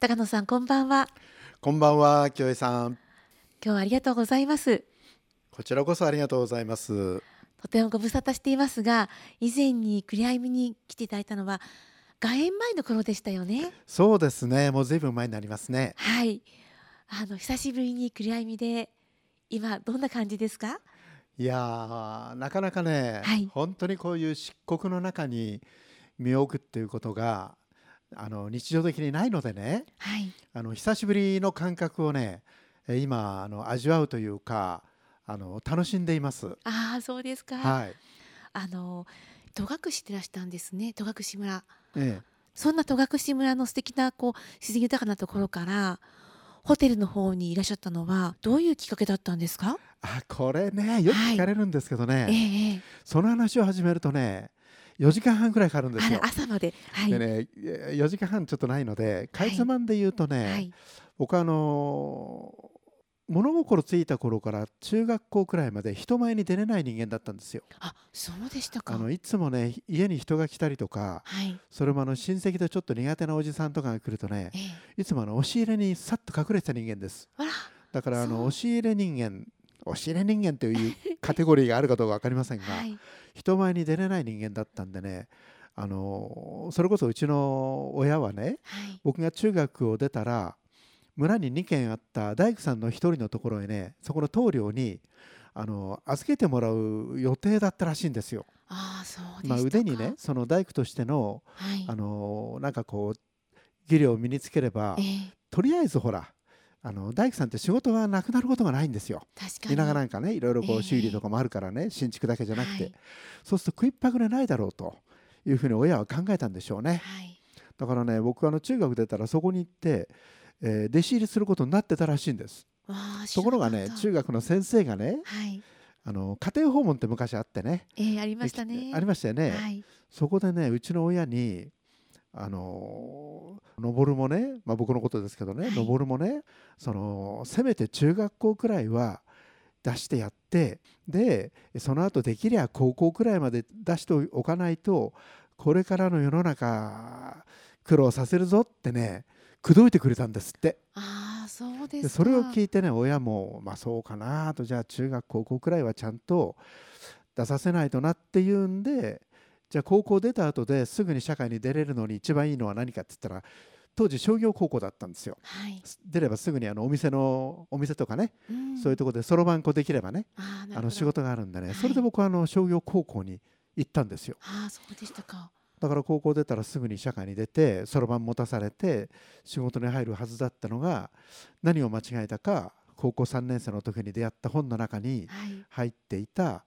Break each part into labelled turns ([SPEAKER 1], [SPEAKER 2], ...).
[SPEAKER 1] 高野さんこんばんは
[SPEAKER 2] こんばんは、きょえさん。
[SPEAKER 1] 今日はありがとうございます
[SPEAKER 2] こちらこそありがとうございます。
[SPEAKER 1] とてもご無沙汰していますが以前にクリアイムに来ていただいたのは外苑前の頃でしたよね
[SPEAKER 2] そうですね、もうずいぶん前になりますね。
[SPEAKER 1] はいあの久しぶりにクリアイムで今どんな感じですか
[SPEAKER 2] いやー、なかなかね、
[SPEAKER 1] はい
[SPEAKER 2] 本当にこういう漆黒の中に身を置くっていうことが、あの日常的にないのでね、
[SPEAKER 1] はい
[SPEAKER 2] あの久しぶりの感覚をね、え今あの味わうというか、あの楽しんでいます。
[SPEAKER 1] ああそうですか、
[SPEAKER 2] はい。
[SPEAKER 1] あの戸隠ってらしたんですね戸隠村
[SPEAKER 2] ええ
[SPEAKER 1] そんな戸隠村の素敵なこう自然豊かなところからホテルの方にいらっしゃったのはどういうきっかけだったんですか？
[SPEAKER 2] あ、これね、よく聞かれるんですけどね、
[SPEAKER 1] えええ
[SPEAKER 2] その話を始めるとね、4時間半くらいかかるん
[SPEAKER 1] え
[SPEAKER 2] です
[SPEAKER 1] あ
[SPEAKER 2] よ
[SPEAKER 1] ら。朝まではい、
[SPEAKER 2] でね、えー4時間半ちょっとないので、かいつまんで言うとね、
[SPEAKER 1] はい
[SPEAKER 2] 僕はあのー物心ついた頃から中学校くらいまで人前に出れない人間だったんですよ。
[SPEAKER 1] あそうでしたか
[SPEAKER 2] あのいつもね家に人が来たりとか
[SPEAKER 1] はい
[SPEAKER 2] それもあの親戚とちょっと苦手なおじさんとかが来るとね
[SPEAKER 1] ええ
[SPEAKER 2] いつもあの押し入れにさっと隠れてた人間です
[SPEAKER 1] あら
[SPEAKER 2] だからあ
[SPEAKER 1] そ
[SPEAKER 2] の
[SPEAKER 1] う
[SPEAKER 2] 押し入れ人間押し入れ人間というカテゴリーがあるかどうか分かりませんが、
[SPEAKER 1] はい
[SPEAKER 2] 人前に出れない人間だったんでねあのーそれこそうちの親はね
[SPEAKER 1] はい
[SPEAKER 2] 僕が中学を出たら村に2軒あった大工さんの一人のところへねそこの棟梁にあの預けてもらう予定だったらしいんですよ。
[SPEAKER 1] ああそうでしたか
[SPEAKER 2] まあ、腕にねその大工としての
[SPEAKER 1] はい
[SPEAKER 2] あのなんかこう技量を身につければ
[SPEAKER 1] ええ
[SPEAKER 2] とりあえずほらあの大工さんって仕事はなくなることがないんですよ。
[SPEAKER 1] 確かに
[SPEAKER 2] 田舎なんかねいろいろこ
[SPEAKER 1] ええ
[SPEAKER 2] う修理とかもあるからね新築だけじゃなく
[SPEAKER 1] は
[SPEAKER 2] て
[SPEAKER 1] い
[SPEAKER 2] そうすると食いっぱぐれないだろうというふうに親は考えたんでしょうね。
[SPEAKER 1] はい
[SPEAKER 2] だからね僕あの中学出たらそこに行って、えー弟子入りすることになってたらしいんです
[SPEAKER 1] わあ
[SPEAKER 2] ところがね
[SPEAKER 1] 知
[SPEAKER 2] 中
[SPEAKER 1] らなかっ
[SPEAKER 2] 学の先生がね
[SPEAKER 1] たはい
[SPEAKER 2] あの家庭訪問って昔あってね
[SPEAKER 1] ええありましたね
[SPEAKER 2] ありましたよね、
[SPEAKER 1] はい
[SPEAKER 2] そこでねうちの親にあの登るもね、まあ、僕のことですけどね、
[SPEAKER 1] はい
[SPEAKER 2] 登るもねそのせめて中学校くらいは出してやってでその後できりゃ高校くらいまで出しておかないとこれからの世の中苦労させるぞってね口説いてくれたんですって
[SPEAKER 1] ああそうです
[SPEAKER 2] で
[SPEAKER 1] か
[SPEAKER 2] それを聞いてね親もまあそうかなとじゃあ中学高校くらいはちゃんと出させないとなっていうんでじゃあ高校出た後ですぐに社会に出れるのに一番いいのは何かって言ったら当時商業高校だったんですよ
[SPEAKER 1] はい、
[SPEAKER 2] す出ればすぐにあのお店のお店とかね、
[SPEAKER 1] うん
[SPEAKER 2] そういうとこでそろばんこできればね
[SPEAKER 1] ああなるほ
[SPEAKER 2] あの
[SPEAKER 1] ど
[SPEAKER 2] 仕事があるんでね、
[SPEAKER 1] はい
[SPEAKER 2] それで僕はあの商業高校に行ったんですよ
[SPEAKER 1] ああそうでしたか
[SPEAKER 2] だから高校出たらすぐに社会に出てそろばん持たされて仕事に入るはずだったのが何を間違えたか高校3年生の時に出会った本の中に
[SPEAKER 1] はい
[SPEAKER 2] 入っていた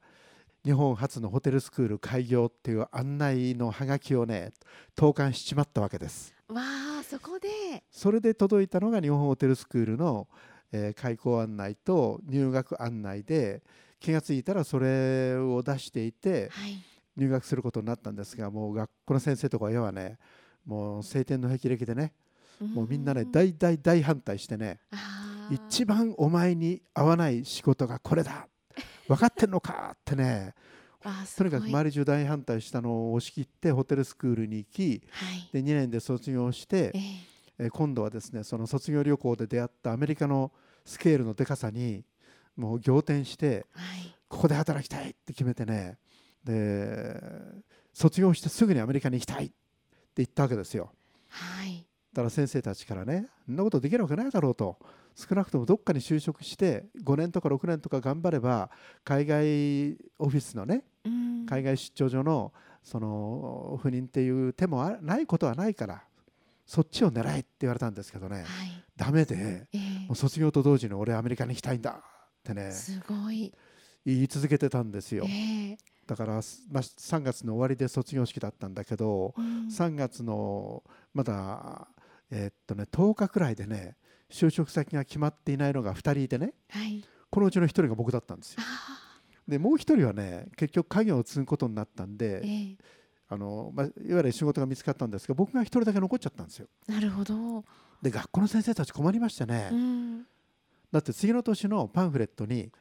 [SPEAKER 2] 日本初のホテルスクール開業っていう案内のハガキをね投函しちまったわけです。
[SPEAKER 1] わあそこで
[SPEAKER 2] それで届いたのが日本ホテルスクールの、えー開校案内と入学案内で気がついたらそれを出していて
[SPEAKER 1] はい
[SPEAKER 2] 入学することになったんですがもう学校の先生とか親はねもう晴天の霹靂でねもうみんなね
[SPEAKER 1] ん
[SPEAKER 2] 大大大反対してね
[SPEAKER 1] あー
[SPEAKER 2] 一番お前に合わない仕事がこ れだ分かってんのかってね
[SPEAKER 1] あー
[SPEAKER 2] とにかく
[SPEAKER 1] すごい
[SPEAKER 2] 周り中大反対したのを押し切ってホテルスクールに行き
[SPEAKER 1] はい
[SPEAKER 2] で2年で卒業して
[SPEAKER 1] ええ
[SPEAKER 2] えー今度はですねその卒業旅行で出会ったアメリカのスケールのでかさにもう仰天して
[SPEAKER 1] はい
[SPEAKER 2] ここで働きたいって決めてねで卒業してすぐにアメリカに行きたいって言ったわけですよ
[SPEAKER 1] はい
[SPEAKER 2] だから先生たちからねそんなことできるわけないだろうと少なくともどっかに就職して5年とか6年とか頑張れば海外オフィスのね
[SPEAKER 1] うん
[SPEAKER 2] 海外出張所のその赴任っていう手もあないことはないからそっちを狙えって言われたんですけどね、
[SPEAKER 1] はい
[SPEAKER 2] ダメで
[SPEAKER 1] え
[SPEAKER 2] もう卒業と同時に俺アメリカに行きたいんだって
[SPEAKER 1] え
[SPEAKER 2] ね
[SPEAKER 1] すごい
[SPEAKER 2] 言い続けてたんです
[SPEAKER 1] え
[SPEAKER 2] よ
[SPEAKER 1] え
[SPEAKER 2] だから、すまあ、3月の終わりで卒業式だったんだけど
[SPEAKER 1] うん
[SPEAKER 2] 3月のまだえーっとね10日くらいでね就職先が決まっていないのが2人いてね
[SPEAKER 1] はい
[SPEAKER 2] このうちの1人が僕だったんですよ
[SPEAKER 1] あ
[SPEAKER 2] でもう1人はね結局家業を継ぐことになったん
[SPEAKER 1] ー
[SPEAKER 2] で
[SPEAKER 1] え
[SPEAKER 2] あの、まあ、いわゆる仕事が見つかったんですが僕が1人だけ残っちゃったんですよ
[SPEAKER 1] えなるほど
[SPEAKER 2] で学校の先生たち困りましたね、
[SPEAKER 1] うん
[SPEAKER 2] だって次の年のパンフレットに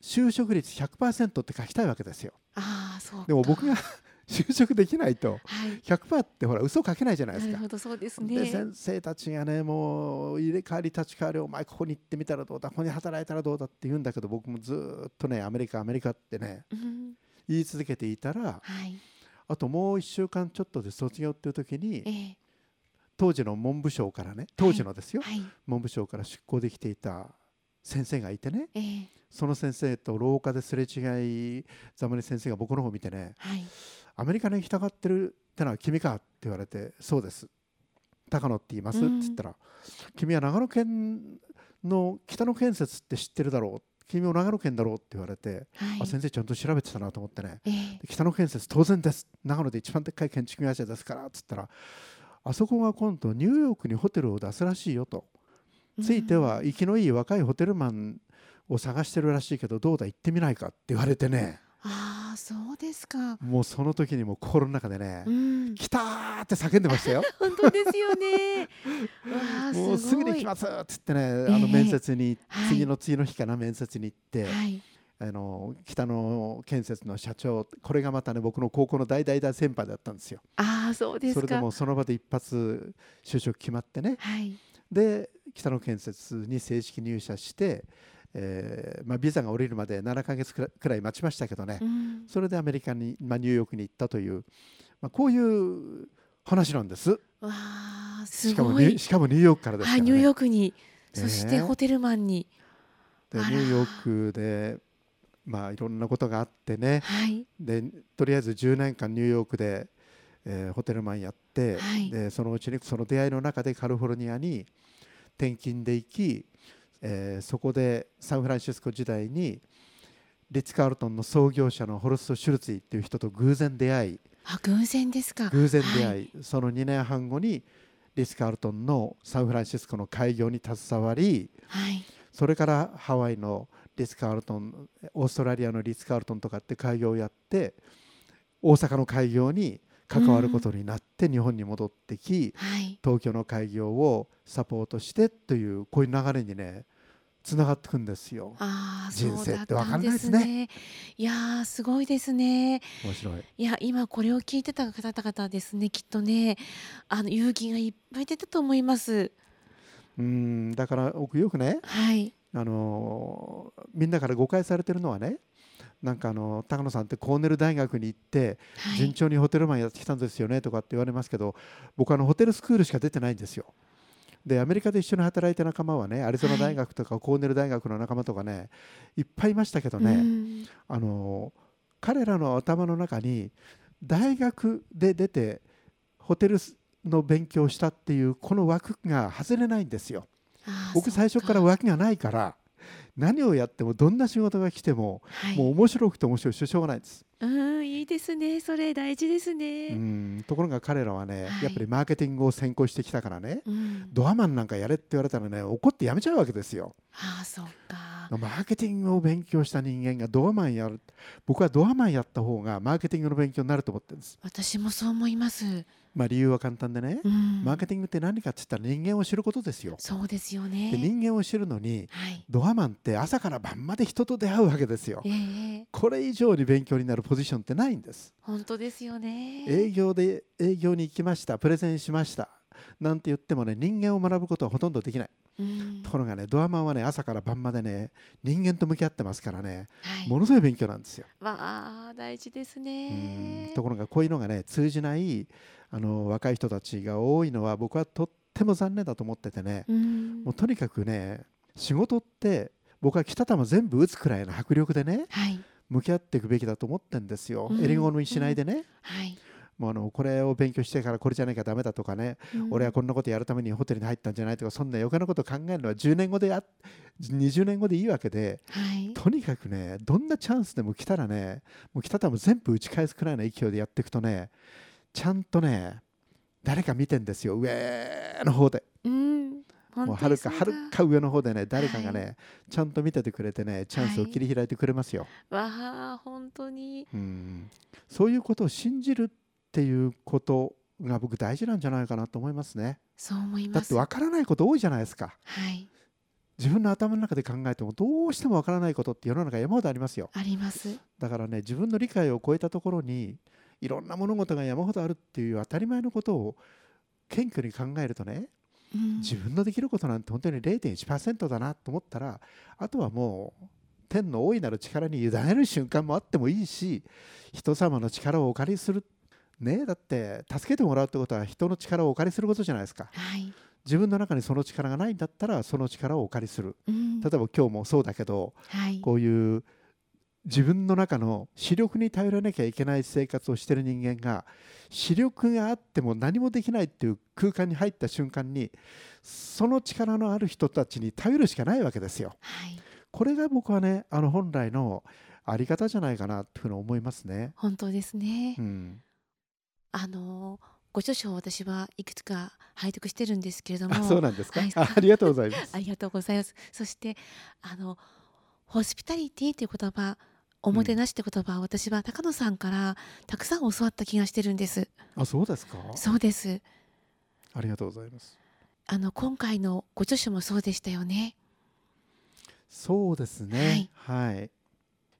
[SPEAKER 2] 就職率100%って書きたいわけですよ
[SPEAKER 1] ああそうか
[SPEAKER 2] でも僕が 就職できないと
[SPEAKER 1] はい。
[SPEAKER 2] 100%ってほら嘘かけないじゃない
[SPEAKER 1] な
[SPEAKER 2] です
[SPEAKER 1] る
[SPEAKER 2] か
[SPEAKER 1] ほ。ど、そうです
[SPEAKER 2] で
[SPEAKER 1] ね。
[SPEAKER 2] 先生たちがねもう入れ替わり立ち替わりお前ここに行ってみたらどうだここに働いたらどうだって言うんだけど僕もずーっとねアメリカアメリカってね
[SPEAKER 1] うん、
[SPEAKER 2] 言い続けていたら
[SPEAKER 1] はい。
[SPEAKER 2] あともう1週間ちょっとで卒業っていう時
[SPEAKER 1] え
[SPEAKER 2] に
[SPEAKER 1] え
[SPEAKER 2] 当時の文部省からね当時のですよ、
[SPEAKER 1] はい。
[SPEAKER 2] 文部省から出向できていた先生がいてね
[SPEAKER 1] ええ
[SPEAKER 2] その先生と廊下ですれ違いざまり先生が僕の方見てね
[SPEAKER 1] はい。
[SPEAKER 2] 「アメリカに行きたがってるってのは君か?」って言われて「そうです高野って言います」っ
[SPEAKER 1] う
[SPEAKER 2] て
[SPEAKER 1] ん
[SPEAKER 2] 言ったら「君は長野県の北の建設って知ってるだろう君も長野県だろう」って言われて
[SPEAKER 1] は
[SPEAKER 2] 「
[SPEAKER 1] い。
[SPEAKER 2] あ先生ちゃんと調べてたな」と思ってね
[SPEAKER 1] ええ
[SPEAKER 2] で北の建設当然です長野で一番でっかい建築会社ですからっつったらあそこが今度ニューヨークにホテルを出すらしいよとついては生きのいい若いホテルマンを探してるらしいけどどうだ行ってみないかって言われてね
[SPEAKER 1] ああ、そうですか。
[SPEAKER 2] もうその時にもう心の中でね
[SPEAKER 1] うん
[SPEAKER 2] 「来た!」って叫んでましたよ
[SPEAKER 1] 本当ですよ ね。わ あ、
[SPEAKER 2] もうすぐに
[SPEAKER 1] ごい
[SPEAKER 2] 来ますっつってねあの
[SPEAKER 1] ええ
[SPEAKER 2] 面接に
[SPEAKER 1] はい
[SPEAKER 2] 次の次の日かな面接に行って
[SPEAKER 1] はい。
[SPEAKER 2] あの北の建設の社長これがまたね僕の高校の大大大先輩だったんですよ。
[SPEAKER 1] ああ、そうです
[SPEAKER 2] そ
[SPEAKER 1] か。
[SPEAKER 2] れでもうその場で一発就職決まってね
[SPEAKER 1] はい。
[SPEAKER 2] で北野建設に正式入社して、えーまあ、ビザが下りるまで7ヶ月くらくらい待ちましたけどね、
[SPEAKER 1] うん
[SPEAKER 2] それでアメリカに、まあ、ニューヨークに行ったという、まあ、こういう話なんです
[SPEAKER 1] わあ、す
[SPEAKER 2] しかも
[SPEAKER 1] ご
[SPEAKER 2] ニュー
[SPEAKER 1] い。
[SPEAKER 2] しかもニューヨークからですか
[SPEAKER 1] は
[SPEAKER 2] ら、
[SPEAKER 1] い、
[SPEAKER 2] ね
[SPEAKER 1] ニューヨークに、
[SPEAKER 2] ええ
[SPEAKER 1] そしてホテルマンに。
[SPEAKER 2] で
[SPEAKER 1] あ
[SPEAKER 2] ニ
[SPEAKER 1] ら
[SPEAKER 2] ューヨークで、まあ、いろんなことがあってね
[SPEAKER 1] はい。
[SPEAKER 2] でとりあえず10年間ニューヨークで、えーホテルマンやって、
[SPEAKER 1] はい
[SPEAKER 2] でそのうちにその出会いの中でカリフォルニアに転勤で行き、えーそこでサンフランシスコ時代にリッツ・カールトンの創業者のホルスト・シュルツィっていう人と偶然出会い
[SPEAKER 1] あ、偶然ですか。
[SPEAKER 2] 偶然出会い、
[SPEAKER 1] はい。
[SPEAKER 2] その2年半後にリッツ・カールトンのサンフランシスコの開業に携わり
[SPEAKER 1] はい。
[SPEAKER 2] それからハワイのリッツ・カールトンオーストラリアのリッツ・カールトンとかって開業をやって大阪の開業に関わることになって日本に戻ってき、
[SPEAKER 1] はい。
[SPEAKER 2] 東京の開業をサポートしてというこういう流れにねつながってくんですよ
[SPEAKER 1] ああ、そ
[SPEAKER 2] 人
[SPEAKER 1] う
[SPEAKER 2] 生
[SPEAKER 1] だ
[SPEAKER 2] っ
[SPEAKER 1] って
[SPEAKER 2] わ
[SPEAKER 1] た
[SPEAKER 2] か
[SPEAKER 1] ん
[SPEAKER 2] んない
[SPEAKER 1] で
[SPEAKER 2] ですすね
[SPEAKER 1] ね。いやー、すごいですね。
[SPEAKER 2] 面白い
[SPEAKER 1] いや、今これを聞いてた方々ですね。きっとね、あの勇気がいっぱい出たと思います。
[SPEAKER 2] うんだから僕よくね
[SPEAKER 1] はい。
[SPEAKER 2] あのーみんなから誤解されてるのはねなんかあの高野さんってコーネル大学に行って
[SPEAKER 1] は
[SPEAKER 2] 順
[SPEAKER 1] い。
[SPEAKER 2] 調にホテルマンやってきたんですよねとかって言われますけど僕あのホテルスクールしか出てないんですよ。でアメリカで一緒に働いた仲間はねアリゾナ大学とかコーネル大学の仲間とかねいっぱいいましたけどね、
[SPEAKER 1] うん
[SPEAKER 2] あの彼らの頭の中に大学で出てホテルの勉強をしたっていうこの枠が外れないんですよ。
[SPEAKER 1] あー
[SPEAKER 2] 僕最初から
[SPEAKER 1] そっ
[SPEAKER 2] 脇がないから何をやってもどんな仕事が来ても
[SPEAKER 1] はい、
[SPEAKER 2] もう面白くて面白いししょうがないです、
[SPEAKER 1] うんいいですねそれ大事です
[SPEAKER 2] う
[SPEAKER 1] ね。
[SPEAKER 2] んところが彼らはね
[SPEAKER 1] はい
[SPEAKER 2] やっぱりマーケティングを専攻してきたからね
[SPEAKER 1] うん、
[SPEAKER 2] ドアマンなんかやれって言われたらね怒ってやめちゃうわけですよ
[SPEAKER 1] ああそうか。
[SPEAKER 2] マーケティングを勉強した人間がドアマンやる僕はドアマンやった方がマーケティングの勉強になると思ってるんです
[SPEAKER 1] 私もそう思います。
[SPEAKER 2] まあ理由は簡単でね
[SPEAKER 1] うん、
[SPEAKER 2] マーケティングって何かって言ったら人間を知ることですよ
[SPEAKER 1] そうですよね。
[SPEAKER 2] で人間を知るのに
[SPEAKER 1] はい。
[SPEAKER 2] ドアマンって朝から晩まで人と出会うわけですよ
[SPEAKER 1] ええ
[SPEAKER 2] これ以上に勉強になるポジションってないんです。
[SPEAKER 1] 本当ですよね。
[SPEAKER 2] 営業で営業に行きました、プレゼンしました。なんて言ってもね、人間を学ぶことはほとんどできない。
[SPEAKER 1] うん
[SPEAKER 2] ところがね、ドアマンはね、朝から晩までね、人間と向き合ってますからね、
[SPEAKER 1] はい。
[SPEAKER 2] ものすごい勉強なんですよ。
[SPEAKER 1] まあ大事です
[SPEAKER 2] う
[SPEAKER 1] ね
[SPEAKER 2] ん。ところがこういうのがね、通じないあの若い人たちが多いのは、僕はとっても残念だと思っててね、
[SPEAKER 1] うん
[SPEAKER 2] もうとにかくね、仕事って、僕は来た球全部打つくらいの迫力でね、
[SPEAKER 1] はい
[SPEAKER 2] 向き合っていくべきだと思ってんですよ
[SPEAKER 1] う。ん
[SPEAKER 2] 襟好みしないでね。
[SPEAKER 1] はい。
[SPEAKER 2] もうあのこれを勉強してからこれじゃなきゃダメだとかね、
[SPEAKER 1] うん
[SPEAKER 2] 俺はこんなことやるためにホテルに入ったんじゃないとかそんな余計なこと考えるのは10年後でや20年後でいいわけで
[SPEAKER 1] はい。
[SPEAKER 2] とにかくねどんなチャンスでも来たらねもう来た球全部打ち返すくらいの勢いでやっていくとねちゃんとね誰か見てんですよ上の方で
[SPEAKER 1] うん。
[SPEAKER 2] もう
[SPEAKER 1] 本
[SPEAKER 2] は
[SPEAKER 1] 当
[SPEAKER 2] る
[SPEAKER 1] です
[SPEAKER 2] か
[SPEAKER 1] ね
[SPEAKER 2] はるか上の方でね誰かがね、
[SPEAKER 1] は
[SPEAKER 2] ちゃんと見ててくれてねチャンスを切り開いてくれますよ、
[SPEAKER 1] わあ本当に。
[SPEAKER 2] うんそういうことを信じるっていうことが僕大事なんじゃないかなと思いますね。
[SPEAKER 1] そう思い
[SPEAKER 2] だ
[SPEAKER 1] ま
[SPEAKER 2] って
[SPEAKER 1] す。
[SPEAKER 2] わからないこと多いじゃないですか。
[SPEAKER 1] はい。
[SPEAKER 2] 自分の頭の中で考えてもどうしてもわからないことって世の中山ほどありますよ。
[SPEAKER 1] あります。
[SPEAKER 2] だからね自分の理解を超えたところにいろんな物事が山ほどあるっていう当たり前のことを謙虚に考えるとね
[SPEAKER 1] うん
[SPEAKER 2] 自分のできることなんて本当に0.1%だなと思ったらあとはもう天の大いなる力に委ねる瞬間もあってもいいし人様の力をお借りするねだって助けてもらうってことは人の力をお借りすることじゃないですか
[SPEAKER 1] はい、
[SPEAKER 2] 自分の中にその力がないんだったらその力をお借りする
[SPEAKER 1] うん
[SPEAKER 2] 例えば今日もそうだけど
[SPEAKER 1] はい、
[SPEAKER 2] こういう自分の中の視力に頼らなきゃいけない生活をしている人間が視力があっても何もできないっていう空間に入った瞬間にその力のある人たちに頼るしかないわけですよ。
[SPEAKER 1] はい、
[SPEAKER 2] これが僕はねあの本来のあり方じゃないかなというふうに思いますね。
[SPEAKER 1] 本当ですね。
[SPEAKER 2] うん、
[SPEAKER 1] あのご著書を私はいくつか拝読してるんですけれども、
[SPEAKER 2] あそうなんですか、
[SPEAKER 1] はい
[SPEAKER 2] あありがとうございます。
[SPEAKER 1] ありがとうございます。そしてあのホスピタリティという言葉、おもてなしという言葉は、私は高野さんからたくさん教わった気がしてるんです。
[SPEAKER 2] あそうですか
[SPEAKER 1] そうです。
[SPEAKER 2] ありがとうございます。
[SPEAKER 1] あの今回のご著書もそうでしたよね。
[SPEAKER 2] そうですね。はい。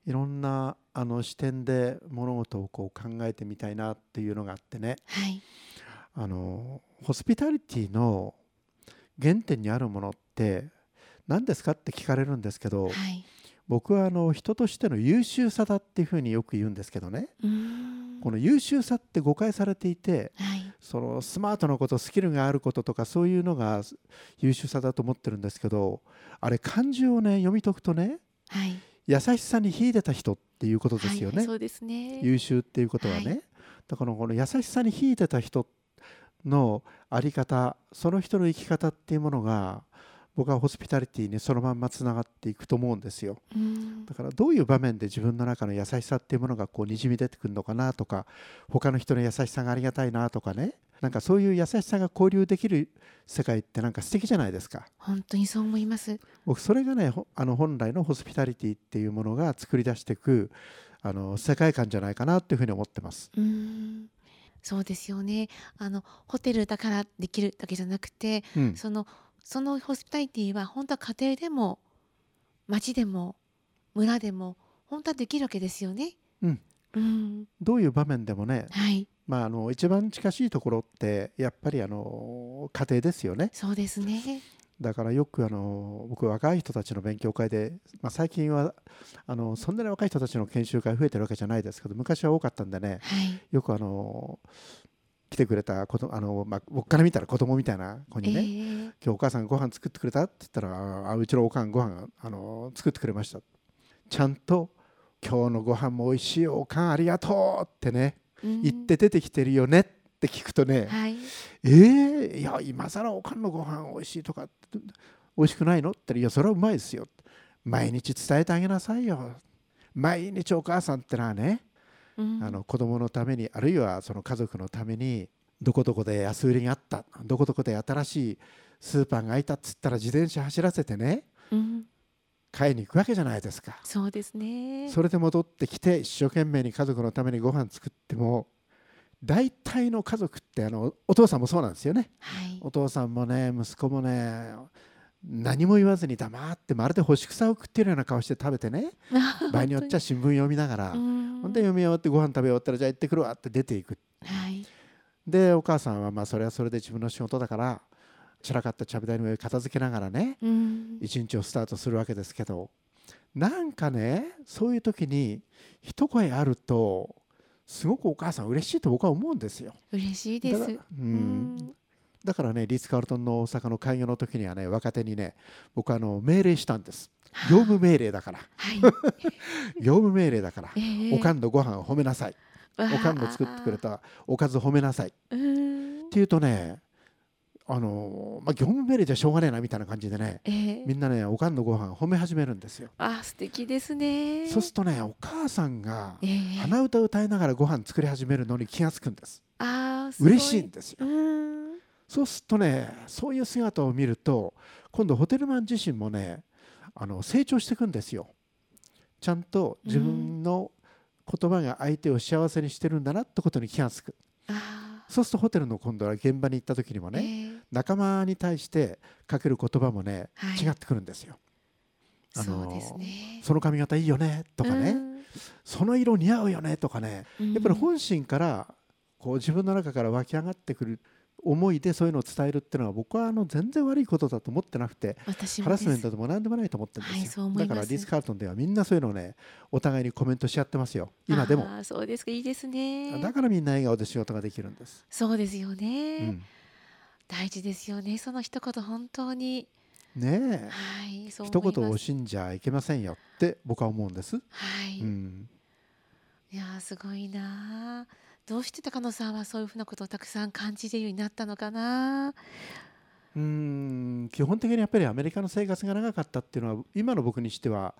[SPEAKER 2] い、ろんなあの視点で物事をこう考えてみたいなっていうのがあってね。
[SPEAKER 1] はい、
[SPEAKER 2] あのホスピタリティの原点にあるものって何ですかって聞かれるんですけど、
[SPEAKER 1] はい、
[SPEAKER 2] 僕はあの人としての優秀さだっていうふうによく言うんですけどね。
[SPEAKER 1] うーん、
[SPEAKER 2] この優秀さって誤解されていて。
[SPEAKER 1] はい、
[SPEAKER 2] そのスマートなことスキルがあることとかそういうのが優秀さだと思ってるんですけどあれ漢字をね読み解くとね
[SPEAKER 1] はい、
[SPEAKER 2] 優しさに秀でた人っていうことですよ
[SPEAKER 1] は
[SPEAKER 2] ね、
[SPEAKER 1] い、そうですね。
[SPEAKER 2] 優秀っていうことはね、
[SPEAKER 1] は
[SPEAKER 2] だからこの優しさに秀でた人のあり方その人の生き方っていうものが僕はホスピタリティにそのまんまつながっていくと思うんですよ
[SPEAKER 1] うーん
[SPEAKER 2] だからどういう場面で自分の中の優しさっていうものがこうにじみ出てくるのかなとか他の人の優しさがありがたいなとかねなんかそういう優しさが交流できる世界ってなんか素敵じゃないですか
[SPEAKER 1] 本当にそう思います。
[SPEAKER 2] 僕それがねほあの本来のホスピタリティっていうものが作り出していくあの世界観じゃないかなっていうふうに思ってます。
[SPEAKER 1] うーんそうですよねあのホテルだからできるだけじゃなくて
[SPEAKER 2] うん、
[SPEAKER 1] そのそのホスピタリティは本当は家庭でも町でも村でも本当はできるわけですよね。
[SPEAKER 2] うん
[SPEAKER 1] うん
[SPEAKER 2] どういう場面でもね、
[SPEAKER 1] はい
[SPEAKER 2] まあ、あの一番近しいところってやっぱりあの家庭ですよね
[SPEAKER 1] そうですね。
[SPEAKER 2] だからよくあの僕若い人たちの勉強会で、まあ、最近はあのそんなに若い人たちの研修会増えてるわけじゃないですけど昔は多かったんでね
[SPEAKER 1] はい
[SPEAKER 2] よくあの来てくれた子どあの、まあ、僕から見たら子供みたいな子
[SPEAKER 1] え
[SPEAKER 2] にね、
[SPEAKER 1] え
[SPEAKER 2] 今日お母さんご飯作ってくれたって言ったらあうちのおかんご飯あの作ってくれましたちゃんと今日のご飯も美味しいよおかんありがとうってね
[SPEAKER 1] うん
[SPEAKER 2] 言って出てきてるよねって聞くとね、
[SPEAKER 1] はい
[SPEAKER 2] えー、いや今更おかんのご飯美味しいとかって美味しくないのって言ったらいやそれはうまいですよ毎日伝えてあげなさいよ毎日お母さんってのはね
[SPEAKER 1] うん
[SPEAKER 2] あの子供のためにあるいはその家族のためにどこどこで安売りがあったどこどこで新しいスーパーが開いたっつったら自転車走らせてね
[SPEAKER 1] うん
[SPEAKER 2] 買いに行くわけじゃないですか
[SPEAKER 1] そうですね。
[SPEAKER 2] それで戻ってきて一生懸命に家族のためにご飯作っても大体の家族ってあのお父さんもそうなんですよね
[SPEAKER 1] はい
[SPEAKER 2] お父さんもね息子もね何も言わずに黙ってまるで干し草を食ってるような顔して食べ てね場合によっちゃ新聞読みながら
[SPEAKER 1] う
[SPEAKER 2] ほ
[SPEAKER 1] ん
[SPEAKER 2] んで読み終わってご飯食べ終わったらじゃあ行ってくるわって出ていく
[SPEAKER 1] はい
[SPEAKER 2] でお母さんはまあそれはそれで自分の仕事だから散らかったちゃぶ台の上を片付けながらね
[SPEAKER 1] うん
[SPEAKER 2] 一日をスタートするわけですけどなんかねそういう時に一声あるとすごくお母さん嬉しいと僕は思うんですよ。
[SPEAKER 1] 嬉しいで
[SPEAKER 2] だから
[SPEAKER 1] す。
[SPEAKER 2] う、
[SPEAKER 1] うん
[SPEAKER 2] だからねリッツ・カールトンの大阪の開業の時にはね若手にね僕あの命令したんです業務命令 だから
[SPEAKER 1] はい。
[SPEAKER 2] 業務命令だから
[SPEAKER 1] ええ
[SPEAKER 2] おかんのご飯を褒めなさい
[SPEAKER 1] わ
[SPEAKER 2] お
[SPEAKER 1] あ
[SPEAKER 2] かんの作ってくれたおかず褒めなさいっ
[SPEAKER 1] うーん
[SPEAKER 2] ていうとねあの、まあ、業務命令じゃしょうがねえなみたいな感じでね
[SPEAKER 1] ええ
[SPEAKER 2] みんなねおかんのご飯褒め始めるんですよ
[SPEAKER 1] あ素敵ですね。
[SPEAKER 2] そうするとねお母さんが
[SPEAKER 1] ええ
[SPEAKER 2] 鼻歌歌いながらご飯作り始めるのに気がつくんです
[SPEAKER 1] あーすご
[SPEAKER 2] 嬉しいんですよ
[SPEAKER 1] うーん
[SPEAKER 2] そうするとねそういう姿を見ると今度ホテルマン自身もねあの成長していくんですよ。ちゃんと自分の言葉が相手を幸せにしてるんだなってことに気が付く
[SPEAKER 1] あ
[SPEAKER 2] そうするとホテルの今度は現場に行った時にも
[SPEAKER 1] ー
[SPEAKER 2] ね、
[SPEAKER 1] ええ
[SPEAKER 2] 仲間に対してかける言葉もね、
[SPEAKER 1] はい
[SPEAKER 2] 違ってくるんですよ。あ
[SPEAKER 1] そ
[SPEAKER 2] の
[SPEAKER 1] うですね。
[SPEAKER 2] その髪型いいよねとかね、
[SPEAKER 1] うん
[SPEAKER 2] その色似合うよねとかね
[SPEAKER 1] うん
[SPEAKER 2] やっぱり本心からこう自分の中から湧き上がってくる思いでそういうのを伝えるっていうのは僕はあの全然悪いことだと思ってなくて
[SPEAKER 1] 私
[SPEAKER 2] ハ
[SPEAKER 1] も
[SPEAKER 2] ラ
[SPEAKER 1] で
[SPEAKER 2] スメン
[SPEAKER 1] す
[SPEAKER 2] トでも何でもないと思ってるん
[SPEAKER 1] はい
[SPEAKER 2] です
[SPEAKER 1] そう
[SPEAKER 2] よ
[SPEAKER 1] 思い
[SPEAKER 2] だ
[SPEAKER 1] ます
[SPEAKER 2] からリス・カールトンではみんなそういうのをねお互いにコメントし合ってますよ今でも
[SPEAKER 1] あーそうですかいいですね
[SPEAKER 2] だからみんな笑顔で仕事ができるんです、
[SPEAKER 1] そうですよ
[SPEAKER 2] う
[SPEAKER 1] ね、
[SPEAKER 2] ん、
[SPEAKER 1] 大事ですよねその一言本当に
[SPEAKER 2] ねえ
[SPEAKER 1] はいそう
[SPEAKER 2] 一
[SPEAKER 1] 思います
[SPEAKER 2] 言を惜しんじゃいけませんよって僕は思うんです、
[SPEAKER 1] はい、
[SPEAKER 2] うん、
[SPEAKER 1] いやーすごいなーどうして高野さんはそういうふうなことをたくさん感じるようになったのかな
[SPEAKER 2] うーん基本的にやっぱりアメリカの生活が長かったっていうのは今の僕にしては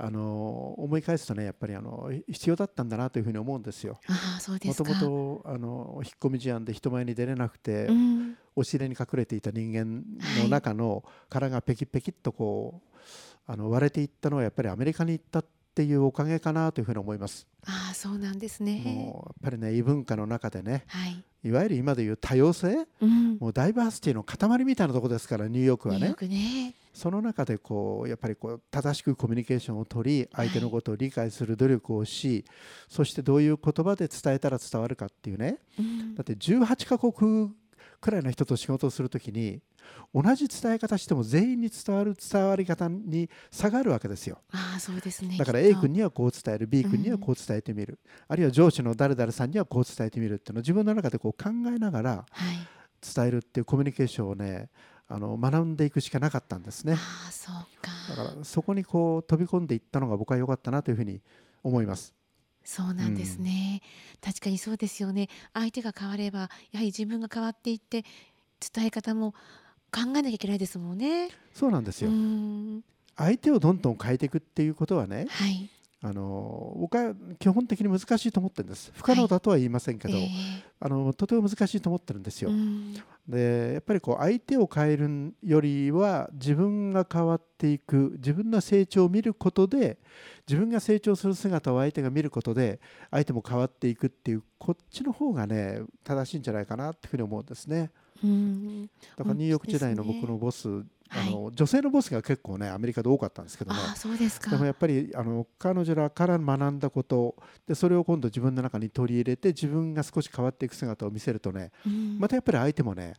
[SPEAKER 2] あの思い返すとねやっぱりあの必要だったんだなというふうに思うんですよ。
[SPEAKER 1] ああそうで
[SPEAKER 2] も
[SPEAKER 1] す
[SPEAKER 2] と
[SPEAKER 1] か
[SPEAKER 2] もとあの引っ込み思案で人前に出れなくて、
[SPEAKER 1] うん、
[SPEAKER 2] 押し入れに隠れていた人間の中の殻がペキペキっとこうあの割れていったのはやっぱりアメリカに行ったっていうおかげかなというふうに思います。
[SPEAKER 1] ああそうなんですね
[SPEAKER 2] もうやっぱりね異文化の中でね
[SPEAKER 1] はい、
[SPEAKER 2] いわゆる今でいう多様性
[SPEAKER 1] うん、
[SPEAKER 2] もうダイバーシティの塊みたいなとこですからニューヨークは
[SPEAKER 1] ニューヨ
[SPEAKER 2] ね
[SPEAKER 1] ー。クね
[SPEAKER 2] その中でこうやっぱりこう正しくコミュニケーションを取り
[SPEAKER 1] はい
[SPEAKER 2] 相手のことを理解する努力をし、そしてどういう言葉で伝えたら伝わるかっていうね
[SPEAKER 1] うん
[SPEAKER 2] だって18カ国くらいの人と仕事をするときに同じ伝え方しても全員に伝わる伝わり方に差があるわけですよ
[SPEAKER 1] ああそうですね
[SPEAKER 2] だから
[SPEAKER 1] きっ
[SPEAKER 2] A
[SPEAKER 1] と
[SPEAKER 2] 君にはこう伝える B 君にはこう伝えてみる、あるいは上司の誰々さんにはこう伝えてみるっていうのを自分の中でこう考えながら
[SPEAKER 1] はい、
[SPEAKER 2] 伝えるっていうコミュニケーションをねあの学んでいくしかなかったんですね。
[SPEAKER 1] ああそうか
[SPEAKER 2] だからそこにこう飛び込んでいったのが僕は良かったなというふうに思います。
[SPEAKER 1] そうなんですね、確かにそうですよね相手が変わればやはり自分が変わっていって伝え方も考えなきゃいけないですもんね
[SPEAKER 2] そうなんです
[SPEAKER 1] う
[SPEAKER 2] よ。
[SPEAKER 1] ん
[SPEAKER 2] 相手をどんどん変えていくっていうことはね、
[SPEAKER 1] はい
[SPEAKER 2] あの僕は基本的に難しいと思ってるんです。不可能だとは言いませんけど、
[SPEAKER 1] え
[SPEAKER 2] あのとても難しいと思ってるんです
[SPEAKER 1] え
[SPEAKER 2] よ。
[SPEAKER 1] うん
[SPEAKER 2] で、やっぱりこう相手を変えるよりは自分が変わっていく、自分の成長を見ることで、自分が成長する姿を相手が見ることで、相手も変わっていくっていうこっちの方がね正しいんじゃないかなっていうふうに思うんですね。
[SPEAKER 1] うん
[SPEAKER 2] だからニューヨーク時代の
[SPEAKER 1] 本当ですね
[SPEAKER 2] 僕のボス、あ
[SPEAKER 1] はい
[SPEAKER 2] の女性のボスが結構ねアメリカで多かったんですけどね
[SPEAKER 1] ああそうですか
[SPEAKER 2] でもやっぱりあの彼女らから学んだことでそれを今度自分の中に取り入れて自分が少し変わっていく姿を見せるとね
[SPEAKER 1] うん
[SPEAKER 2] またやっぱり相手もね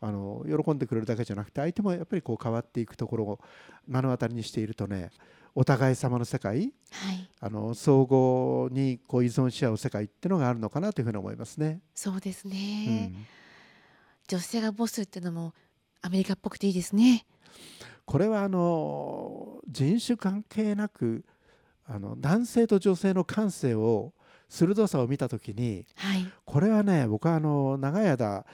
[SPEAKER 2] あの喜んでくれるだけじゃなくて相手もやっぱりこう変わっていくところを目の当たりにしているとねお互い様の世界
[SPEAKER 1] はい
[SPEAKER 2] あの総合にこう依存し合う世界ってのがあるのかなというふうに思いますね。
[SPEAKER 1] そうです
[SPEAKER 2] う
[SPEAKER 1] ね、
[SPEAKER 2] ん
[SPEAKER 1] 女性がボスってのもアメリカっぽくていいですね
[SPEAKER 2] これはあの人種関係なくあの男性と女性の感性を鋭さを見た時に
[SPEAKER 1] はい
[SPEAKER 2] これはね僕はあの長い間、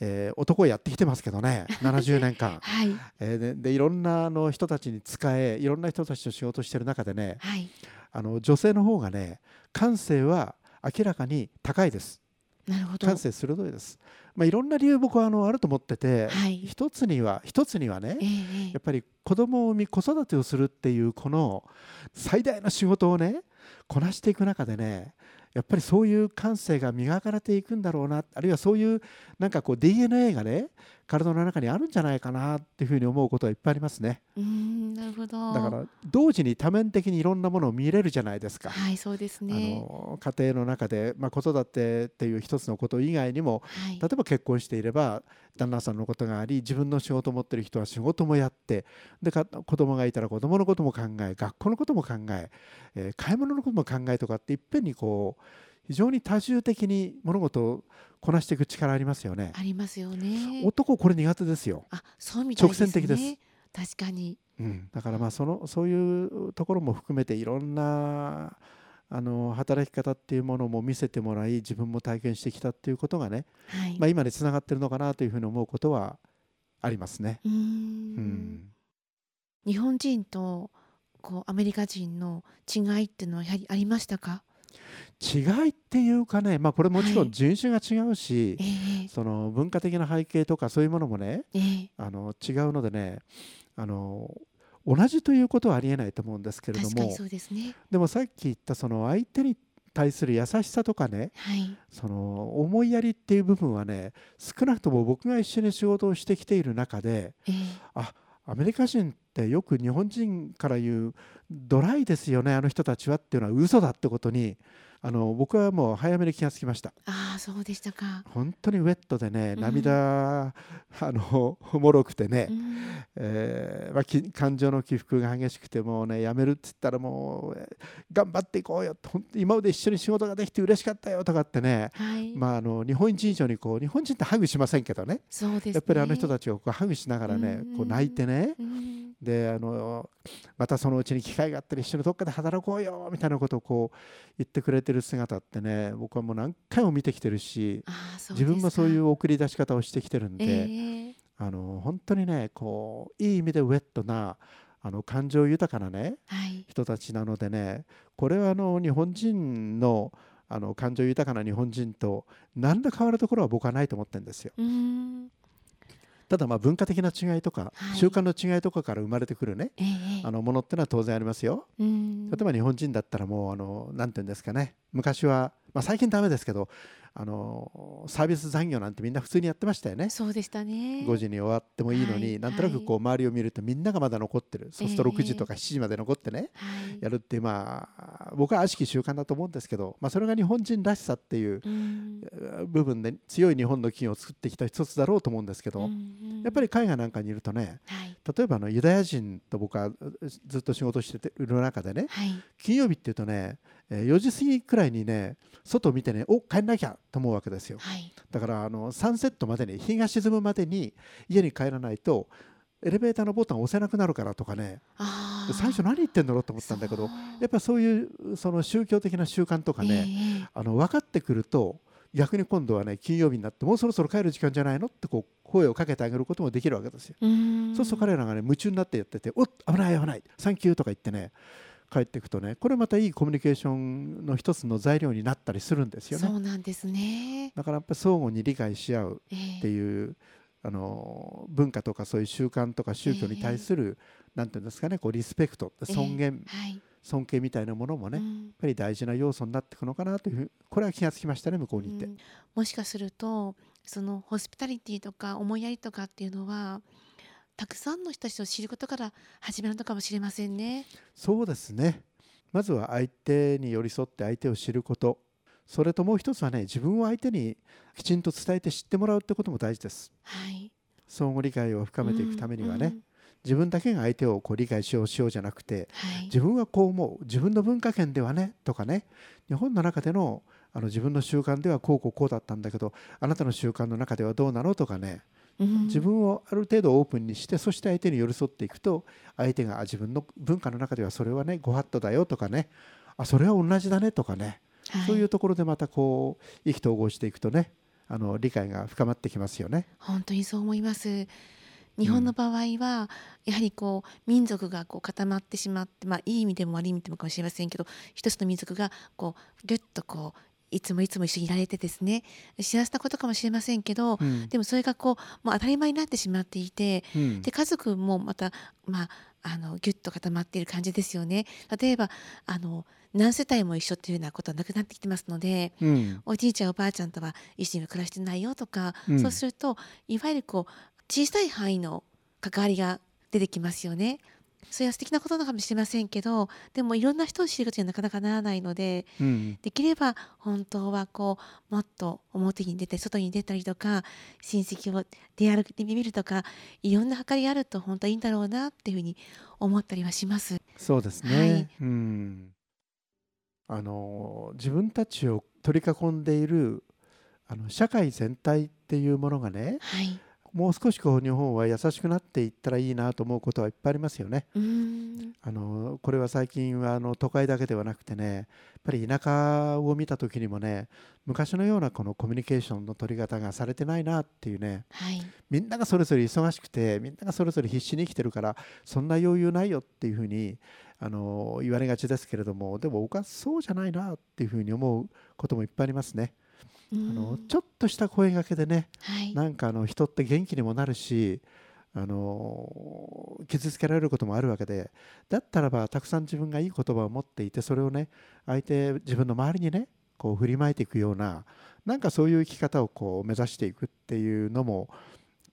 [SPEAKER 2] えー男をやってきてますけどね70年 間、
[SPEAKER 1] はい
[SPEAKER 2] えーででいろんなあの人たちに使えいろんな人たちと仕事してる中でね
[SPEAKER 1] はい
[SPEAKER 2] あの女性の方がね感性は明らかに高いです
[SPEAKER 1] なるほど
[SPEAKER 2] 感性鋭いです、まあ、いろんな理由僕はあのあると思ってて、
[SPEAKER 1] はい
[SPEAKER 2] 一つには一つにはね
[SPEAKER 1] えええ
[SPEAKER 2] やっぱり子供を産み子育てをするっていうこの最大の仕事をねこなしていく中でねやっぱりそういう感性が磨かれていくんだろうなあるいはそういうなんかこう DNA がね体の中にあるんじゃないかなっていうふうに思うことはいっぱいありますね
[SPEAKER 1] えうんなるほど
[SPEAKER 2] だから同時に多面的にいろんなものを見れるじゃないですか、
[SPEAKER 1] はいそうです
[SPEAKER 2] あ
[SPEAKER 1] ね
[SPEAKER 2] の家庭の中で、まあ、子育てっていう一つのこと以外にも
[SPEAKER 1] はい
[SPEAKER 2] 例えば結婚していれば旦那さんのことがあり自分の仕事を持ってる人は仕事もやってでか子供がいたら子供のことも考え学校のことも考ええー買い物のことも考えとかっていっぺんにこう非常に多重的に物事をこなしていく力ありますよね。
[SPEAKER 1] ありますよね
[SPEAKER 2] 男これ苦手ですよ、
[SPEAKER 1] あそうみたいですね
[SPEAKER 2] 直線的で
[SPEAKER 1] 確かに
[SPEAKER 2] うん、だからまあそのそういうところも含めていろんなあの働き方っていうものも見せてもらい自分も体験してきたっていうことがね、
[SPEAKER 1] はい、
[SPEAKER 2] まあ、今につながってるのかなというふうに思うことはありますね。
[SPEAKER 1] うーん
[SPEAKER 2] うん
[SPEAKER 1] 日本人とこうアメリカ人の違いっていうのはやはりありましたか
[SPEAKER 2] 違いっていうかね、まあ、これもちろ
[SPEAKER 1] は
[SPEAKER 2] ん
[SPEAKER 1] い
[SPEAKER 2] 人種が違うし、
[SPEAKER 1] ええ
[SPEAKER 2] その文化的な背景とかそういうものもね
[SPEAKER 1] ええ
[SPEAKER 2] あの違うのでねあの同じということはありえないと思うんですけれど
[SPEAKER 1] 確かに
[SPEAKER 2] も
[SPEAKER 1] そうですね
[SPEAKER 2] でもさっき言ったその相手に対する優しさとかね
[SPEAKER 1] はい
[SPEAKER 2] その思いやりっていう部分はね少なくとも僕が一緒に仕事をしてきている中で
[SPEAKER 1] ええ
[SPEAKER 2] あアメリカ人ってよく日本人から言うドライですよねあの人たちはっていうのは嘘だってことにあの僕はもう早めに気がつきました
[SPEAKER 1] ああそうでしたか。
[SPEAKER 2] 本当にウェットでね
[SPEAKER 1] うん
[SPEAKER 2] 涙、あのもろくてね、
[SPEAKER 1] うん
[SPEAKER 2] えーまあ、き感情の起伏が激しくてもうねやめるっつったらもうえー頑張っていこうよほんと今まで一緒に仕事ができて嬉しかったよとかってね、
[SPEAKER 1] はい。
[SPEAKER 2] まあ、あの日本人以上にこう日本人ってハグしませんけどね
[SPEAKER 1] そうです、ね。
[SPEAKER 2] やっぱりあの人たちをこうハグしながらね、
[SPEAKER 1] うん
[SPEAKER 2] こう泣いてね
[SPEAKER 1] うん
[SPEAKER 2] であのまたそのうちに機会があったら一緒にどっかで働こうよみたいなことをこう言ってくれてる姿ってね僕はもう何回も見てきてるし
[SPEAKER 1] ああそう
[SPEAKER 2] 自分もそういうう送り出し方をしてきてるんで。
[SPEAKER 1] ええ
[SPEAKER 2] あの本当にねこういい意味でウェットなあの感情豊かなね
[SPEAKER 1] はい。
[SPEAKER 2] 人たちなのでねこれはあの日本人のあの感情豊かな日本人と何ら変わるところは僕はないと思ってるんですよ
[SPEAKER 1] うん
[SPEAKER 2] ただまあ文化的な違いとか、
[SPEAKER 1] はい
[SPEAKER 2] 習慣の違いとかから生まれてくるね
[SPEAKER 1] ええ
[SPEAKER 2] あのものってのは当然ありますよ
[SPEAKER 1] うん
[SPEAKER 2] 例えば日本人だったらもうあのなんて言うんですかね昔は、まあ、最近ダメですけどあのサービス残業なんてみんな普通にやってましたよね
[SPEAKER 1] そうでしたね。
[SPEAKER 2] 5時に終わってもいいのに、
[SPEAKER 1] はい
[SPEAKER 2] なんとなくこう周りを見るとみんながまだ残ってる、そうすると
[SPEAKER 1] ええ
[SPEAKER 2] 6時とか7時まで残ってね、
[SPEAKER 1] はい。
[SPEAKER 2] やるってまあ僕は悪しき習慣だと思うんですけど、まあ、それが日本人らしさっていう
[SPEAKER 1] うん
[SPEAKER 2] 部分で強い日本の企業を作ってきた一つだろうと思うんですけど、
[SPEAKER 1] うん
[SPEAKER 2] やっぱり海外なんかにいるとね
[SPEAKER 1] はい
[SPEAKER 2] 例えばあのユダヤ人と僕はずっと仕事しててる中でね
[SPEAKER 1] はい
[SPEAKER 2] 金曜日っていうとねえー4時過ぎくらいにね外を見てねお帰んなきゃと思うわけですよ。
[SPEAKER 1] はい
[SPEAKER 2] だからあのサンセットまでに日が沈むまでに家に帰らないとエレベーターのボタンを押せなくなるからとかね
[SPEAKER 1] あ
[SPEAKER 2] 最初
[SPEAKER 1] の
[SPEAKER 2] 何言ってんだろうと思ったんだけどやっぱそういうその宗教的な習慣とかね、あの分かってくると逆に今度はね金曜日になってもうそろそろ帰る時間じゃないのってこう声をかけてあげることもできるわけですよ。
[SPEAKER 1] うん
[SPEAKER 2] そうすると彼らがね夢中になってやってて「おっ危ない危ないサンキュー」とか言ってね帰っていくとねこれまたいいコミュニケーションの一つの材料になったりするんですよ
[SPEAKER 1] そ
[SPEAKER 2] ね。
[SPEAKER 1] うなんですね。
[SPEAKER 2] だからやっぱ相互に理解し合う
[SPEAKER 1] ええ
[SPEAKER 2] っていうあの文化とかそういう習慣とか宗教に対する、なんていうんですかねこうリスペクト
[SPEAKER 1] ええ
[SPEAKER 2] 尊厳、
[SPEAKER 1] はい
[SPEAKER 2] 尊敬みたいなものもね、
[SPEAKER 1] う
[SPEAKER 2] やっ
[SPEAKER 1] ん
[SPEAKER 2] ぱり大事な要素になっていくのかなというふうこれは気がつきましたね向こうにいて、
[SPEAKER 1] うんもしかするとそのホスピタリティとか思いやりとかっていうのはたくさんの人たちを知ることから始めるのかもしれませんね。
[SPEAKER 2] そうですねまずは相手に寄り添って相手を知ることそれともう一つはね自分を相手にきちんと伝えて知ってもらうってことも大事です
[SPEAKER 1] はい、
[SPEAKER 2] 相互理解を深めていくためにはね、
[SPEAKER 1] うんうん
[SPEAKER 2] 自分だけが相手をこう理解しようしようじゃなくて
[SPEAKER 1] はい、
[SPEAKER 2] 自分はこう思う自分の文化圏ではねとかね日本の中でのあの自分の習慣ではこうこうこうだったんだけどあなたの習慣の中ではどうなのとかね
[SPEAKER 1] うん
[SPEAKER 2] 自分をある程度オープンにしてそして相手に寄り添っていくと相手があ自分の文化の中ではそれはねご法度だよとかねあそれは同じだねとかね、
[SPEAKER 1] はい
[SPEAKER 2] そういうところでまたこう意気投合していくとねあの理解が深まってきますよね。
[SPEAKER 1] 本当にそう思います。日本の場合は、やはりこう民族がこう固まってしまって、まあ、いい意味でも悪い意味でもかもしれませんけど一つの民族がこうぎゅっとこういつもいつも一緒にいられてですね幸せなことかもしれませんけど、
[SPEAKER 2] うん
[SPEAKER 1] でもそれがこうもう当たり前になってしまっていて
[SPEAKER 2] うん
[SPEAKER 1] で家族もまた、まあ、あのギュッと固まっている感じですよね。例えばあの何世帯も一緒っていうようなことはなくなってきてますので、
[SPEAKER 2] うん
[SPEAKER 1] おじいちゃんおばあちゃんとは一緒には暮らしてないよとか、
[SPEAKER 2] うん
[SPEAKER 1] そうするといわゆるこう小さい範囲の関わりが出てきますよね。それは素敵なことなのかもしれませんけどでもいろんな人を知ることにはなかなかならないので
[SPEAKER 2] うん
[SPEAKER 1] できれば本当はこうもっと表に出て外に出たりとか親戚を出歩いてみるとかいろんな計りがあると本当はいいんだろうなっていうふうに思ったりはします。
[SPEAKER 2] そうですね、
[SPEAKER 1] はい
[SPEAKER 2] うん、あの自分たちを取り囲んでいるあの社会全体っていうものがね
[SPEAKER 1] はい、
[SPEAKER 2] もう少しこう日本は優しくなっていったらいいなと思うことはいっぱいありますよね。
[SPEAKER 1] うーん
[SPEAKER 2] あのこれは最近はあの都会だけではなくてねやっぱり田舎を見た時にもね昔のようなこのコミュニケーションの取り方がされてないなっていうね
[SPEAKER 1] はい
[SPEAKER 2] みんながそれぞれ忙しくてみんながそれぞれ必死に生きてるからそんな余裕ないよっていうふうにあの言われがちですけれどもでも僕はそうじゃないなっていうふうに思うこともいっぱいありますね。
[SPEAKER 1] うー
[SPEAKER 2] あ
[SPEAKER 1] ん
[SPEAKER 2] のちょっとした声がけでね
[SPEAKER 1] はい
[SPEAKER 2] なんかあの人って元気にもなるしあの傷つけられることもあるわけでだったらばたくさん自分がいい言葉を持っていてそれをね相手自分の周りにねこう振りまいていくようななんかそういう生き方をこう目指していくっていうのも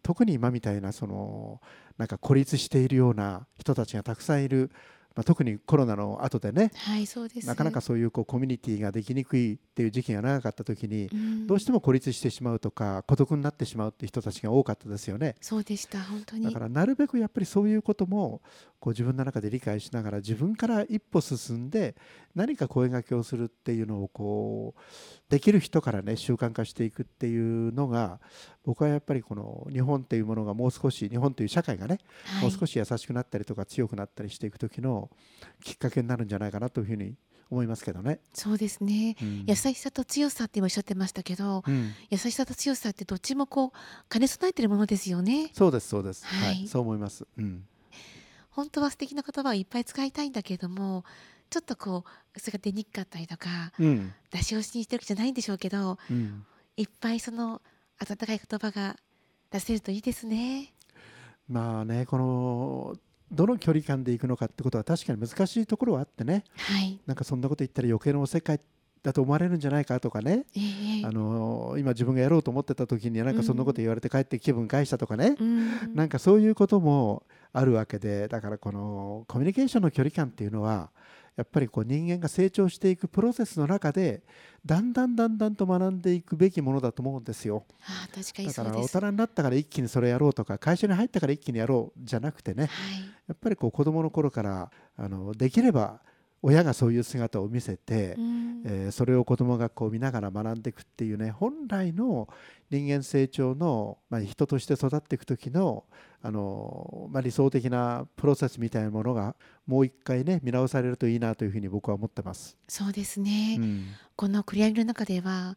[SPEAKER 2] 特に今みたいなそのなんか孤立しているような人たちがたくさんいる、まあ、特にコロナの後でね
[SPEAKER 1] はいそうです
[SPEAKER 2] なかなかそういうこうコミュニティができにくいっていう時期が長かった時に、
[SPEAKER 1] うん
[SPEAKER 2] どうしても孤立してしまうとか孤独になってしまうって人たちが多かったですよね。
[SPEAKER 1] そうでした本当に
[SPEAKER 2] だからなるべくやっぱりそういうこともこう自分の中で理解しながら自分から一歩進んで何か声掛けをするっていうのをこうできる人からね習慣化していくっていうのが僕はやっぱりこの日本っていうものがもう少し日本という社会がね
[SPEAKER 1] はい
[SPEAKER 2] もう少し優しくなったりとか強くなったりしていく時のきっかけになるんじゃないかなというふうに思いますけどね。
[SPEAKER 1] そうですね
[SPEAKER 2] うん
[SPEAKER 1] 優しさと強さって今おっしゃってましたけど
[SPEAKER 2] うん
[SPEAKER 1] 優しさと強さってどっちもこう兼ね備えてるものですよね
[SPEAKER 2] そうですそうです、
[SPEAKER 1] は
[SPEAKER 2] はいいそう思います、うん、
[SPEAKER 1] 本当は素敵な言葉をいっぱい使いたいんだけれどもちょっとこうそれが出にくかったりとか
[SPEAKER 2] うん
[SPEAKER 1] 出し惜しにしてるわけじゃないんでしょうけど
[SPEAKER 2] うん
[SPEAKER 1] いっぱいその温かい言葉が出せるといいですね
[SPEAKER 2] まあねこのどの距離感でいくのかってことは確かに難しいところはあってね
[SPEAKER 1] はい
[SPEAKER 2] なんかそんなこと言ったら余計なおせっかいだと思われるんじゃないかとかね、
[SPEAKER 1] ええええ
[SPEAKER 2] あの今自分がやろうと思ってた時になんかそんなこと言われて帰って気分返したとかね、
[SPEAKER 1] うん
[SPEAKER 2] なんかそういうこともあるわけでだからこのコミュニケーションの距離感っていうのはやっぱりこう人間が成長していくプロセスの中でだんだんだんだんと学んでいくべきものだと思うんですよ。
[SPEAKER 1] ああ確かに
[SPEAKER 2] だ
[SPEAKER 1] そ
[SPEAKER 2] か
[SPEAKER 1] う
[SPEAKER 2] ら
[SPEAKER 1] で
[SPEAKER 2] 大
[SPEAKER 1] す。は
[SPEAKER 2] 人になったから一気にそれやろうとか会社に入ったから一気にやろうじゃなくてね
[SPEAKER 1] い。
[SPEAKER 2] やっぱりこう子どもの頃からあのできれば親がそういう姿を見せて
[SPEAKER 1] う、ん
[SPEAKER 2] えーそれを子どもがこう見ながら学んでいくっていうね本来の人間成長の、まあ、人として育っていく時のあの、まあ、理想的なプロセスみたいなものがもう一回ね見直されるといいなというふうに僕は思ってます。
[SPEAKER 1] そうですね。
[SPEAKER 2] うん
[SPEAKER 1] この繰り上げの中では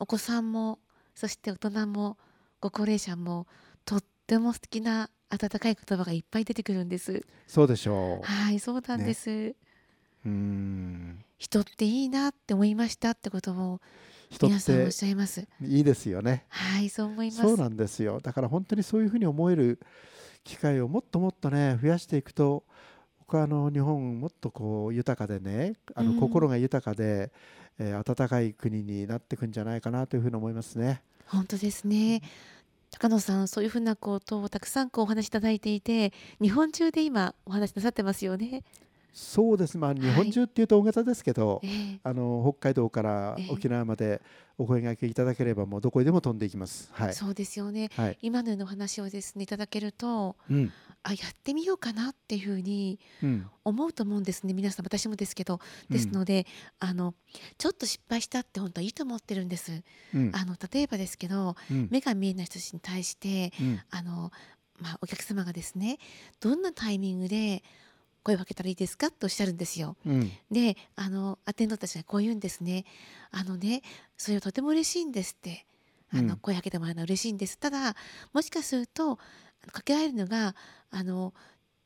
[SPEAKER 1] お子さんもそして大人もご高齢者もとっても素敵な温かい言葉がいっぱい出てくるんです。
[SPEAKER 2] そうでしょ
[SPEAKER 1] はい、そうなんです。
[SPEAKER 2] う。うん
[SPEAKER 1] 人っていいなって思いましたってことを
[SPEAKER 2] 人っ
[SPEAKER 1] 皆さんお
[SPEAKER 2] て
[SPEAKER 1] っしゃいます。
[SPEAKER 2] いいですよね。
[SPEAKER 1] はい、そう思います。
[SPEAKER 2] そうなんですよだから本当にそういうふうに思える機会をもっともっとね増やしていくと僕はあの日本もっとこう豊かでねあ
[SPEAKER 1] う
[SPEAKER 2] の
[SPEAKER 1] ん
[SPEAKER 2] 心が豊かで、えー温かい国になっていくんじゃないかなというふうに思いますね。
[SPEAKER 1] 本当ですね。高野さん、そういうふうなことをたくさんこうお話しいただいていて、日本中で今お話しなさってますよね。
[SPEAKER 2] そうですまあ日
[SPEAKER 1] はい
[SPEAKER 2] 本中っていうと大型ですけど、
[SPEAKER 1] ええ
[SPEAKER 2] あの北海道から
[SPEAKER 1] ええ
[SPEAKER 2] 沖縄までお声がけいただければもうどこへでも飛んでいきます。はい、
[SPEAKER 1] そうですよね。
[SPEAKER 2] はい
[SPEAKER 1] 今のようなお話をですねいただけると
[SPEAKER 2] うん
[SPEAKER 1] あやってみようかなっていうふうに
[SPEAKER 2] うん
[SPEAKER 1] 思うと思うんですね皆さん私もですけど
[SPEAKER 2] うん
[SPEAKER 1] ですので、あのちょっと失敗したって本当はいいと思ってるんです。
[SPEAKER 2] うん
[SPEAKER 1] あの例えばですけど
[SPEAKER 2] うん
[SPEAKER 1] 目が見えない人たちに対して
[SPEAKER 2] うん
[SPEAKER 1] あの、まあ、お客様がですねどんなタイミングで声をかけたらいいですかっておっしゃるんですよ。
[SPEAKER 2] うん
[SPEAKER 1] であのアテンドたちがこう言うんですね「あのねそれはとても嬉しいんです」ってあの、
[SPEAKER 2] うん
[SPEAKER 1] 声かけてもらうのは嬉しいんですただもしかするとあのかけられるのがあの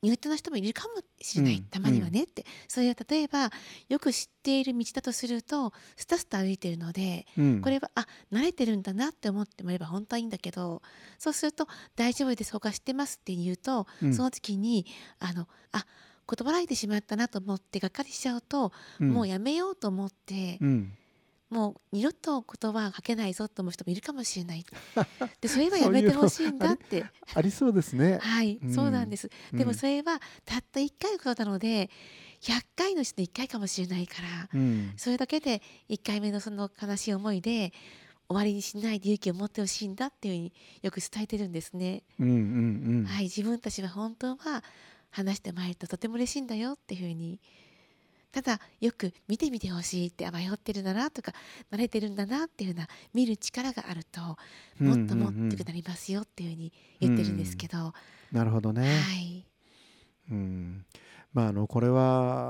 [SPEAKER 1] 苦手な人もいるかもしれない、
[SPEAKER 2] うん
[SPEAKER 1] たまにはねって、それは例えばよく知っている道だとするとスタスタ歩いてるので
[SPEAKER 2] うん
[SPEAKER 1] これはあ慣れてるんだなって思ってもらえば本当はいいんだけどそうすると「大丈夫です他知ってます」って言うと
[SPEAKER 2] うん
[SPEAKER 1] その時にあのあ断られてしまったなと思ってがっかりしちゃうと、もうやめようと思って
[SPEAKER 2] う、ん
[SPEAKER 1] もう二度と言葉はかけないぞと思う人もいるかもしれない でそれはやめてほしいんだって
[SPEAKER 2] ありそうですね。
[SPEAKER 1] はい、
[SPEAKER 2] うん
[SPEAKER 1] そうなんですでも
[SPEAKER 2] うん
[SPEAKER 1] それはたった1回のことなので100回のうちの1回かもしれないから
[SPEAKER 2] うん
[SPEAKER 1] それだけで1回目のその悲しい思いで終わりにしないで勇気を持ってほしいんだっていうふうによく伝えてるんですね。
[SPEAKER 2] うんうんうん
[SPEAKER 1] はい、自分たちは本当は話してまいるととても嬉しいんだよっていうふうにただよく見てみてほしいってあ迷ってるんだなとか慣れてるんだなっていうような見る力があるともっともっと良くなりますよっていうふうに言ってるんですけど、
[SPEAKER 2] なるほどね、
[SPEAKER 1] はい、
[SPEAKER 2] うんまあ、あのこれ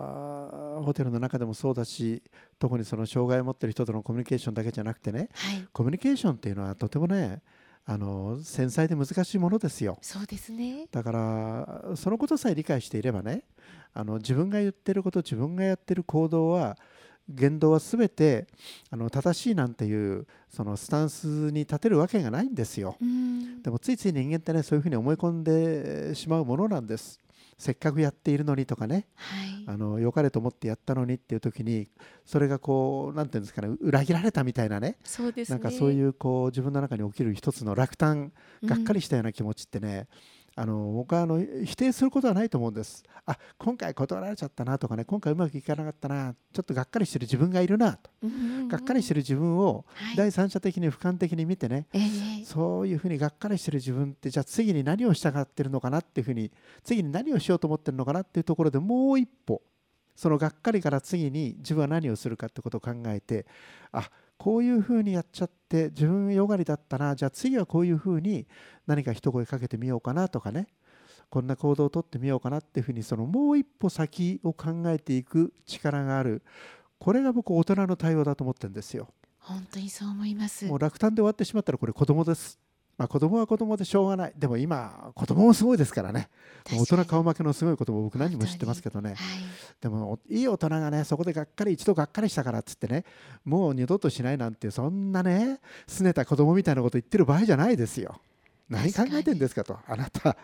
[SPEAKER 2] はホテルの中でもそうだし特にその障害を持ってる人とのコミュニケーションだけじゃなくてね
[SPEAKER 1] はい、
[SPEAKER 2] コミュニケーションっていうのはとてもねあの繊細で難しいものですよ
[SPEAKER 1] そうですね。
[SPEAKER 2] だからそのことさえ理解していればねあの自分が言ってること自分がやってる行動は言動は全てあの正しいなんていうそのスタンスに立てるわけがないんですよ。
[SPEAKER 1] うん
[SPEAKER 2] でもついつい人間ってねそういうふうに思い込んでしまうものなんです。せっかくやっているのにとかね
[SPEAKER 1] はい
[SPEAKER 2] あの良かれと思ってやったのにっていう時にそれがこうなんていうんですかね裏切られたみたいなね
[SPEAKER 1] そうです
[SPEAKER 2] な
[SPEAKER 1] ね
[SPEAKER 2] んかそう
[SPEAKER 1] う
[SPEAKER 2] いうこう自分の中に起きる一つの落胆がっかりしたような気持ちってね、あの僕はあの否定することはないと思うんですあ今回断られちゃったなとかね今回うまくいかなかったなちょっとがっかりしてる自分がいるなと、
[SPEAKER 1] ん
[SPEAKER 2] がっかりして
[SPEAKER 1] る、
[SPEAKER 2] る自分を
[SPEAKER 1] はい、
[SPEAKER 2] 第三者的に俯瞰的に見てね、
[SPEAKER 1] ええ
[SPEAKER 2] そういうふうにがっかりしてる自分ってじゃあ次に何をしたがってるのかなっていうふうに次に何をしようと思ってるのかなっていうところでもう一歩そのがっかりから次に自分は何をするかってことを考えてあこういうふうにやっちゃって自分よがりだったなじゃあ次はこういうふうに何か一声かけてみようかなとかねこんな行動をとってみようかなっていうふうにそのもう一歩先を考えていく力があるこれが僕大人の対応だと思ってるんですよ。
[SPEAKER 1] 本当にそう思います
[SPEAKER 2] もう落胆で終わってしまったらこれ子供です。まあ、子供は子供でしょうがない。でも今子供もすごいですからね。もう大人
[SPEAKER 1] 確か
[SPEAKER 2] 顔負けのすごいことも僕何人も知ってますけどね
[SPEAKER 1] に。はい
[SPEAKER 2] でもいい大人がねそこでがっかり一度がっかりしたからっつってねもう二度としないなんてそんなね拗ねた子供みたいなこと言ってる場合じゃないですよ。何考
[SPEAKER 1] 確かに
[SPEAKER 2] えてんですかとあなた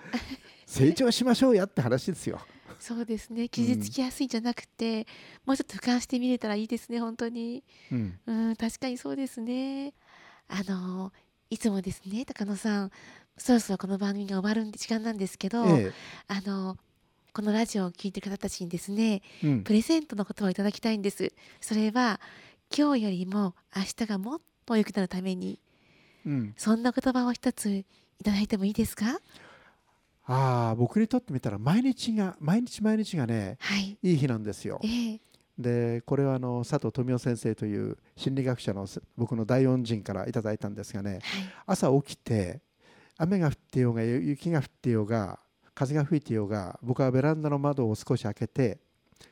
[SPEAKER 2] 成長しましょうやって話ですよ。
[SPEAKER 1] そうですね傷つきやすいんじゃなくて、もうちょっと俯瞰してみれたらいいですね本当に
[SPEAKER 2] うん、
[SPEAKER 1] うん確かにそうですねあのいつもですね高野さんそろそろこの番組が終わる時間なんですけど、
[SPEAKER 2] え
[SPEAKER 1] あのこのラジオを聞いてる方たちにですね
[SPEAKER 2] え、うん
[SPEAKER 1] プ、レゼントのことをいただきたいんですそれは今日よりも明日がもっと良くなるために
[SPEAKER 2] うん、
[SPEAKER 1] そんな言葉を一ついただいてもいいですか
[SPEAKER 2] ああ僕にとってみたら毎日が毎日毎日がね
[SPEAKER 1] はい
[SPEAKER 2] いい日なんですよ。
[SPEAKER 1] ええ
[SPEAKER 2] でこれはあの佐藤富夫先生という心理学者のせ僕の大恩人からいただいたんですがね
[SPEAKER 1] はい
[SPEAKER 2] 朝起きて雨が降ってようがゆ雪が降ってようが風が吹いてようが僕はベランダの窓を少し開けて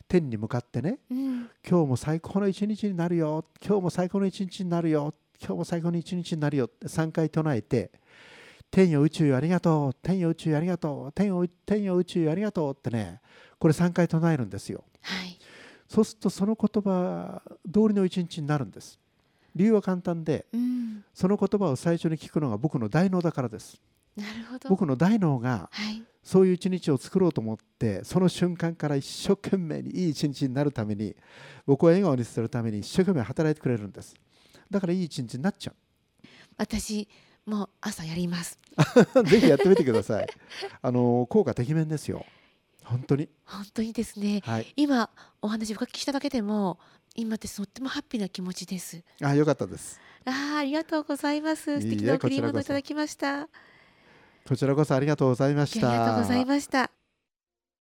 [SPEAKER 2] 天に向かってね
[SPEAKER 1] うん
[SPEAKER 2] 今日も最高の一日になるよ今日も最高の一日になるよ今日も最高の一日になるよって3回唱えて天よ宇宙よありがとう天よ宇宙よありがとう天よ天よ宇宙よありがとうってねこれ3回唱えるんですよ。
[SPEAKER 1] はい
[SPEAKER 2] そうするとその言葉通りの一日になるんです。理由は簡単で
[SPEAKER 1] うん
[SPEAKER 2] その言葉を最初に聞くのが僕の大脳だからです。
[SPEAKER 1] なるほど
[SPEAKER 2] 僕の大脳が
[SPEAKER 1] はい
[SPEAKER 2] そういう一日を作ろうと思ってその瞬間から一生懸命にいい一日になるために僕を笑顔にするために一生懸命働いてくれるんです。だからいい一日になっちゃ
[SPEAKER 1] 私もう朝やります
[SPEAKER 2] う。 ぜひやってみてください。あの効果てきめんですよ。本当に。
[SPEAKER 1] 本当にですね
[SPEAKER 2] はい。
[SPEAKER 1] 今お話お書きしただけでも今ってとってもハッピーな気持ちです
[SPEAKER 2] あ、よかったです。
[SPEAKER 1] あーありがとうございます素
[SPEAKER 2] いいえ
[SPEAKER 1] 敵な贈り
[SPEAKER 2] こちらこ
[SPEAKER 1] 物い
[SPEAKER 2] そ
[SPEAKER 1] ただきました
[SPEAKER 2] こちらこそありがとうございまし
[SPEAKER 1] いや
[SPEAKER 2] た。
[SPEAKER 1] ありがとうございました